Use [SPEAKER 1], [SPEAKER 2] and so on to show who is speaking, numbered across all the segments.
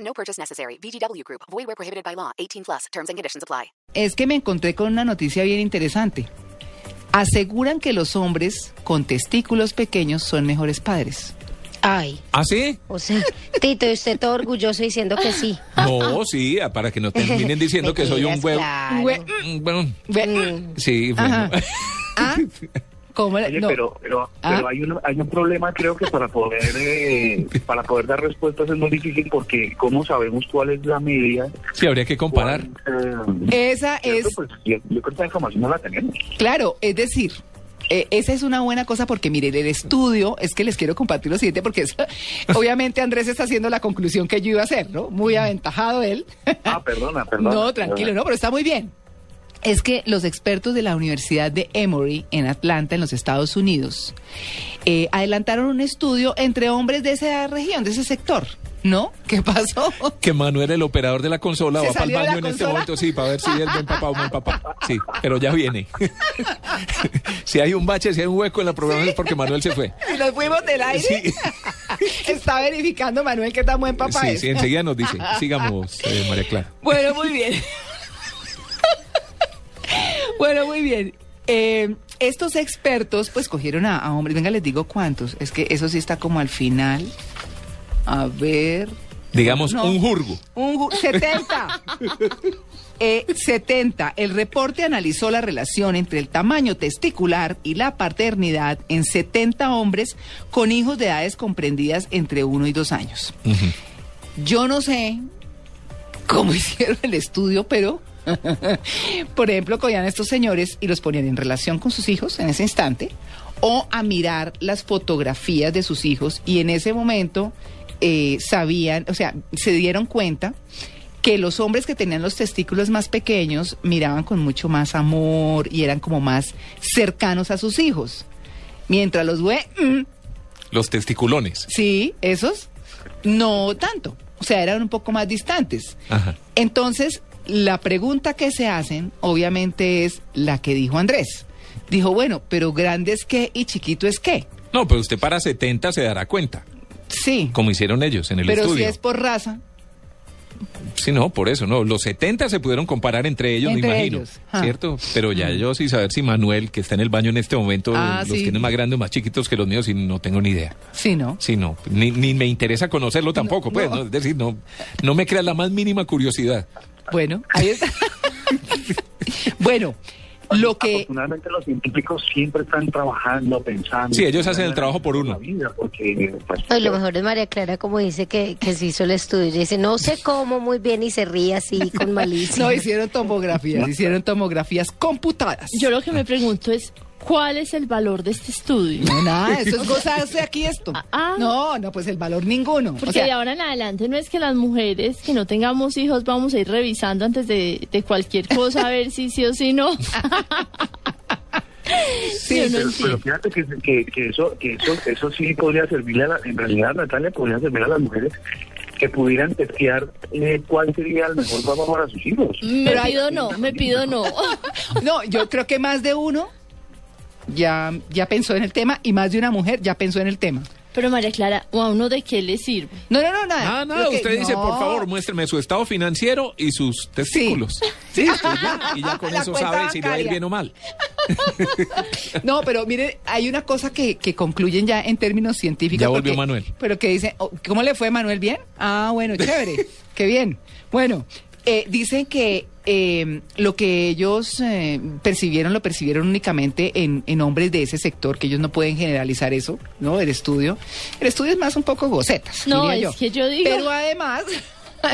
[SPEAKER 1] No purchase necessary. VGW Group. Void where prohibited by law. 18 plus. Terms and conditions apply.
[SPEAKER 2] Es que me encontré con una noticia bien interesante. Aseguran que los hombres con testículos pequeños son mejores padres.
[SPEAKER 3] Ay,
[SPEAKER 4] ¿Ah, sí?
[SPEAKER 3] o sea, Tito, y usted todo orgulloso diciendo que sí.
[SPEAKER 4] No, sí, ah, para que no terminen diciendo que soy un
[SPEAKER 3] Mentiras,
[SPEAKER 4] huevo.
[SPEAKER 3] claro.
[SPEAKER 2] Hue-
[SPEAKER 4] Mm, Bueno,
[SPEAKER 2] Ve-
[SPEAKER 4] sí, bueno.
[SPEAKER 2] Ah, ¿cómo le-
[SPEAKER 5] Oye,
[SPEAKER 2] no.
[SPEAKER 5] pero, pero,
[SPEAKER 2] Ah.
[SPEAKER 5] pero hay, un, hay un problema, creo que para poder eh, para poder dar respuestas es muy difícil porque cómo sabemos cuál es la media.
[SPEAKER 4] Sí, habría que comparar.
[SPEAKER 5] ¿Cuál, eh,
[SPEAKER 2] Esa
[SPEAKER 5] ¿cierto?
[SPEAKER 2] es,
[SPEAKER 5] Pues, yo, yo creo que esa información no la tenemos.
[SPEAKER 2] claro, es decir, eh, esa es una buena cosa porque, mire, el estudio, es que les quiero compartir lo siguiente porque es- obviamente Andrés está haciendo la conclusión que yo iba a hacer, ¿no? Muy aventajado él.
[SPEAKER 5] Ah, perdona, perdona.
[SPEAKER 2] No, tranquilo, no, pero está muy bien. Es que los expertos de la Universidad de Emory en Atlanta, en los Estados Unidos, eh, adelantaron un estudio entre hombres de esa región, de ese sector, ¿no? ¿Qué pasó?
[SPEAKER 4] Que Manuel, el operador de la consola,
[SPEAKER 2] ¿Se
[SPEAKER 4] va para el
[SPEAKER 2] salió de la
[SPEAKER 4] baño en este
[SPEAKER 2] consola?
[SPEAKER 4] momento, sí, para ver si es buen papá o buen papá. Sí, pero ya viene. si hay un bache, si hay un hueco en la programación es porque Manuel se fue.
[SPEAKER 2] Y nos fuimos del aire.
[SPEAKER 4] Sí.
[SPEAKER 2] Está verificando Manuel que tan buen papá
[SPEAKER 4] sí,
[SPEAKER 2] es.
[SPEAKER 4] sí, enseguida nos dice. Sigamos, eh, María Clara.
[SPEAKER 2] Bueno, muy bien. bueno, muy bien. Eh, estos expertos, pues cogieron a, a hombres. Venga, les digo cuántos. Es que eso sí está como al final. A ver.
[SPEAKER 4] Digamos,
[SPEAKER 2] No.
[SPEAKER 4] un jurgo.
[SPEAKER 2] Un ju- 70. Eh, 70. El reporte analizó la relación entre el tamaño testicular y la paternidad en 70 hombres con hijos de edades comprendidas entre 1 y 2 años. Yo no sé cómo hicieron el estudio, pero, por ejemplo, cogían a estos señores y los ponían en relación con sus hijos en ese instante, o a mirar las fotografías de sus hijos y en ese momento eh, sabían, o sea, se dieron cuenta que los hombres que tenían los testículos más pequeños miraban con mucho más amor y eran como más cercanos a sus hijos. Mientras los güey, mm,
[SPEAKER 4] Los testiculones.
[SPEAKER 2] sí, esos, no tanto. O sea, eran un poco más distantes.
[SPEAKER 4] Ajá.
[SPEAKER 2] Entonces, la pregunta que se hacen, obviamente, es la que dijo Andrés. Dijo, bueno, pero grande es qué y chiquito es qué.
[SPEAKER 4] No, pero usted para 70 se dará cuenta,
[SPEAKER 2] Sí,
[SPEAKER 4] como hicieron ellos en el
[SPEAKER 2] pero
[SPEAKER 4] estudio.
[SPEAKER 2] si es por raza,
[SPEAKER 4] Sí, no, por eso, no. Los 70 se pudieron comparar entre ellos,
[SPEAKER 2] Entre
[SPEAKER 4] me imagino.
[SPEAKER 2] ellos, ah. ajá.
[SPEAKER 4] ¿Cierto? Pero ya yo sí saber si Manuel, que está en el baño en este momento,
[SPEAKER 2] Ah,
[SPEAKER 4] los
[SPEAKER 2] sí.
[SPEAKER 4] tiene más grandes, más chiquitos que los míos, y no tengo ni idea.
[SPEAKER 2] sí, ¿no?
[SPEAKER 4] Sí, no. Ni, ni me interesa conocerlo tampoco, pues.
[SPEAKER 2] no.
[SPEAKER 4] ¿no? Es decir, no, no me crea la más mínima curiosidad.
[SPEAKER 2] Bueno, ahí está. bueno, lo que...
[SPEAKER 5] Afortunadamente los científicos siempre están trabajando, pensando.
[SPEAKER 4] Sí, ellos hacen el trabajo por uno.
[SPEAKER 5] La vida, porque, pues,
[SPEAKER 3] Ay, lo mejor es María Clara, como dice que, que se hizo el estudio. Ella dice, no sé cómo muy bien y se ríe así con malicia.
[SPEAKER 2] No, hicieron tomografías, hicieron tomografías computadas.
[SPEAKER 6] Yo lo que me pregunto es, ¿cuál es el valor de este estudio?
[SPEAKER 2] No, nada, eso es gozarse aquí esto.
[SPEAKER 6] Ah.
[SPEAKER 2] No, no, pues el valor ninguno.
[SPEAKER 6] Porque
[SPEAKER 2] o sea,
[SPEAKER 6] de ahora en adelante no es que las mujeres que no tengamos hijos vamos a ir revisando antes de, de cualquier cosa a ver si sí o si no. Yo no
[SPEAKER 5] pero, pero
[SPEAKER 6] entiendo.
[SPEAKER 5] fíjate que, que, que eso que eso eso sí podría servirle a la, en realidad Natalia podría servir a las mujeres que pudieran testear eh, cuál sería el mejor papá para sus hijos.
[SPEAKER 6] Me pido no, me pido no.
[SPEAKER 2] No, yo creo que más de uno ya, ya pensó en el tema y más de una mujer ya pensó en el tema.
[SPEAKER 6] Pero María Clara, ¿o ¿a uno de qué le sirve?
[SPEAKER 2] No, no, no, nada.
[SPEAKER 4] Ah, nada,
[SPEAKER 2] Lo que-
[SPEAKER 4] usted dice,
[SPEAKER 2] no.
[SPEAKER 4] por favor, muéstreme su estado financiero y sus testículos.
[SPEAKER 2] Sí.
[SPEAKER 4] Y, ya, y ya con
[SPEAKER 2] La
[SPEAKER 4] eso
[SPEAKER 2] cuenta
[SPEAKER 4] sabe si le va a ir
[SPEAKER 2] bancaria.
[SPEAKER 4] bien o mal.
[SPEAKER 2] No, pero mire, hay una cosa que, que concluyen ya en términos científicos.
[SPEAKER 4] Ya volvió
[SPEAKER 2] porque-
[SPEAKER 4] Manuel.
[SPEAKER 2] Pero que dicen, oh, ¿cómo le fue Manuel? ¿Bien? Ah, bueno, chévere. qué bien. Bueno, eh, dicen que eh, lo que ellos eh, percibieron, lo percibieron únicamente en, en hombres de ese sector, que ellos no pueden generalizar eso, ¿no? El estudio. El estudio es más un poco gocetas.
[SPEAKER 6] No,
[SPEAKER 2] diría
[SPEAKER 6] es que yo digo-
[SPEAKER 2] Pero además.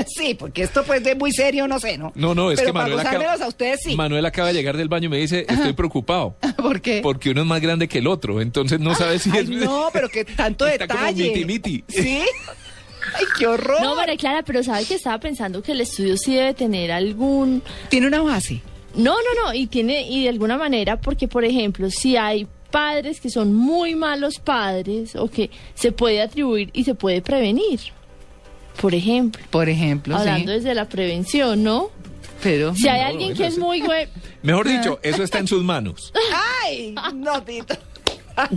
[SPEAKER 2] Sí, porque esto pues de muy serio, no sé, ¿no?
[SPEAKER 4] No, no, es
[SPEAKER 2] Pero
[SPEAKER 4] que Manuel
[SPEAKER 2] para
[SPEAKER 4] acaba,
[SPEAKER 2] gozármelos a ustedes sí.
[SPEAKER 4] Manuel acaba de llegar del baño y me dice, estoy preocupado.
[SPEAKER 2] ¿Por qué?
[SPEAKER 4] Porque uno es más grande que el otro, entonces no sabe si
[SPEAKER 2] Ay,
[SPEAKER 4] es...
[SPEAKER 2] no, pero que tanto
[SPEAKER 4] Está como
[SPEAKER 2] detalle.
[SPEAKER 4] miti-miti.
[SPEAKER 2] Sí. ¡Ay, qué horror!
[SPEAKER 6] No, María Clara, pero sabe que estaba pensando que el estudio sí debe tener algún...
[SPEAKER 2] Tiene una base.
[SPEAKER 6] No, no, no, y tiene, y de alguna manera, porque por ejemplo, si hay padres que son muy malos padres o que se puede atribuir y se puede prevenir, por ejemplo,
[SPEAKER 2] Por ejemplo,
[SPEAKER 6] hablando
[SPEAKER 2] sí.
[SPEAKER 6] desde la prevención, ¿no?
[SPEAKER 2] Pero.
[SPEAKER 6] Si hay
[SPEAKER 4] No,
[SPEAKER 6] alguien
[SPEAKER 4] bueno,
[SPEAKER 6] que es
[SPEAKER 4] sí.
[SPEAKER 6] muy güey,
[SPEAKER 4] Mejor dicho, eso está en sus manos.
[SPEAKER 2] ¡Ay! No, Tito.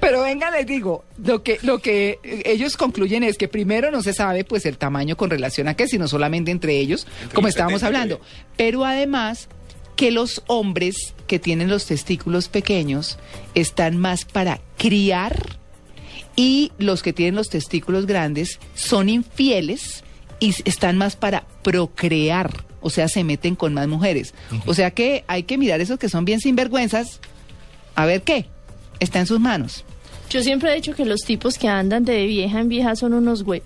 [SPEAKER 2] Pero venga, les digo, lo que, lo que eh, ellos concluyen es que primero no se sabe pues el tamaño con relación a qué, sino solamente entre ellos, como
[SPEAKER 4] los
[SPEAKER 2] estábamos
[SPEAKER 4] 70 y
[SPEAKER 2] hablando. Pero además que los hombres que tienen los testículos pequeños están más para criar y los que tienen los testículos grandes son infieles y s- están más para procrear, o sea, se meten con más mujeres. O sea que hay que mirar esos que son bien sinvergüenzas, a ver qué, está en sus manos.
[SPEAKER 6] yo siempre he dicho que los tipos que andan de vieja en vieja son unos güey.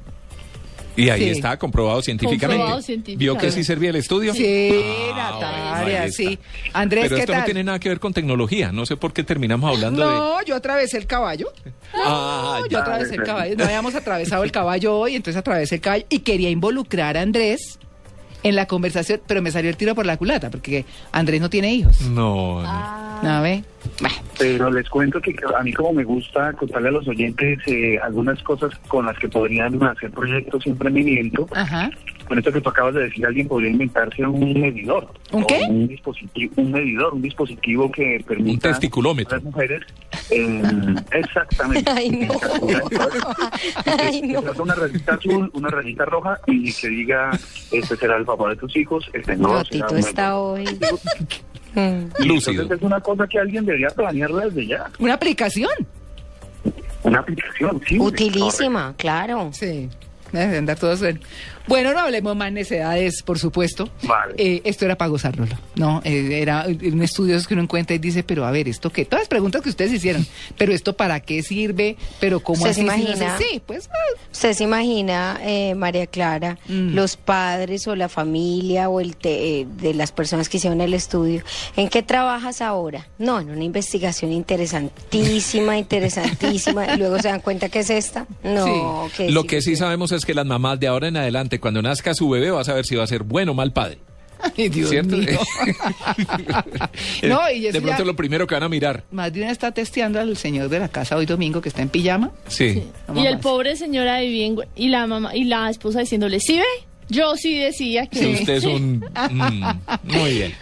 [SPEAKER 4] Y ahí
[SPEAKER 2] Sí.
[SPEAKER 4] está, comprobado científicamente.
[SPEAKER 6] Comprobado científicamente.
[SPEAKER 4] ¿Vio que sí servía el estudio?
[SPEAKER 2] Sí,
[SPEAKER 4] Ah, bueno,
[SPEAKER 2] Natalia,
[SPEAKER 4] ahí está.
[SPEAKER 2] sí. Andrés,
[SPEAKER 4] Pero
[SPEAKER 2] ¿qué
[SPEAKER 4] esto
[SPEAKER 2] tal?
[SPEAKER 4] no tiene nada que ver con tecnología. No sé por qué terminamos hablando de.
[SPEAKER 2] No, yo atravesé el caballo.
[SPEAKER 4] Ah,
[SPEAKER 2] No, yo
[SPEAKER 4] ya.
[SPEAKER 2] atravesé el caballo. No habíamos atravesado el caballo hoy, entonces atravesé el caballo y quería involucrar a Andrés en la conversación, pero me salió el tiro por la culata porque Andrés no tiene hijos.
[SPEAKER 4] No, no.
[SPEAKER 2] A ver. Bah.
[SPEAKER 5] Pero les cuento que a mí como me gusta contarle a los oyentes eh, algunas cosas con las que podrían hacer proyectos y emprendimiento,
[SPEAKER 2] Ajá.
[SPEAKER 5] con esto que tú acabas de decir, alguien podría inventarse un medidor.
[SPEAKER 2] ¿Un
[SPEAKER 5] O
[SPEAKER 2] qué?
[SPEAKER 5] Un dispositivo, un medidor, un dispositivo que permita
[SPEAKER 4] Un testiculómetro.
[SPEAKER 5] a las mujeres em, exactamente.
[SPEAKER 3] Ay, no. Ay,
[SPEAKER 5] Que
[SPEAKER 3] no.
[SPEAKER 5] salga una rayita azul, una rayita roja y que diga, este será el papá de tus hijos, este no,
[SPEAKER 3] No,
[SPEAKER 5] será
[SPEAKER 3] Tito
[SPEAKER 5] el
[SPEAKER 3] está
[SPEAKER 5] mamá
[SPEAKER 3] hoy.
[SPEAKER 5] de tus hijos".
[SPEAKER 3] Mm.
[SPEAKER 5] Y
[SPEAKER 4] Lúcido.
[SPEAKER 5] Entonces es una cosa que alguien debería planearla desde ya.
[SPEAKER 2] ¿Una aplicación?
[SPEAKER 5] Una aplicación, sí.
[SPEAKER 3] Utilísima, claro.
[SPEAKER 2] Sí. Deben andar todos en- Bueno, no hablemos más necedades, por supuesto.
[SPEAKER 5] Vale.
[SPEAKER 2] Eh, esto era para gozarlo, ¿no? Eh, era un estudio que uno encuentra y dice, pero a ver, ¿esto qué? Todas las preguntas que ustedes hicieron, pero ¿esto para qué sirve? ¿Pero cómo
[SPEAKER 3] ¿Usted
[SPEAKER 2] así?
[SPEAKER 3] se
[SPEAKER 2] Si no sé-
[SPEAKER 3] imagina?
[SPEAKER 2] Sí, pues... ah,
[SPEAKER 3] ¿Usted se imagina, eh, María Clara,
[SPEAKER 2] Mm.
[SPEAKER 3] los padres o la familia o el te- eh, de las personas que hicieron el estudio? ¿En qué trabajas ahora? No, en una investigación interesantísima, interesantísima. y luego se dan cuenta que es esta. No, que
[SPEAKER 4] Lo que sí sabemos es que las mamás de ahora en adelante, cuando nazca su bebé, va a saber si va a ser bueno o mal padre.
[SPEAKER 2] ay, Dios
[SPEAKER 4] ¿Cierto?
[SPEAKER 2] mío.
[SPEAKER 4] Eh,
[SPEAKER 2] No, y eso
[SPEAKER 4] de pronto
[SPEAKER 2] ya-
[SPEAKER 4] lo primero que van a mirar.
[SPEAKER 2] Más de una está testeando al señor de la casa hoy domingo que está en pijama.
[SPEAKER 4] Sí.
[SPEAKER 2] No
[SPEAKER 6] Y el
[SPEAKER 2] más.
[SPEAKER 6] pobre señor ahí bien güey, y la mamá y la esposa diciéndole, "Sí ve, yo sí decía que
[SPEAKER 4] Si usted es un... mm, muy bien.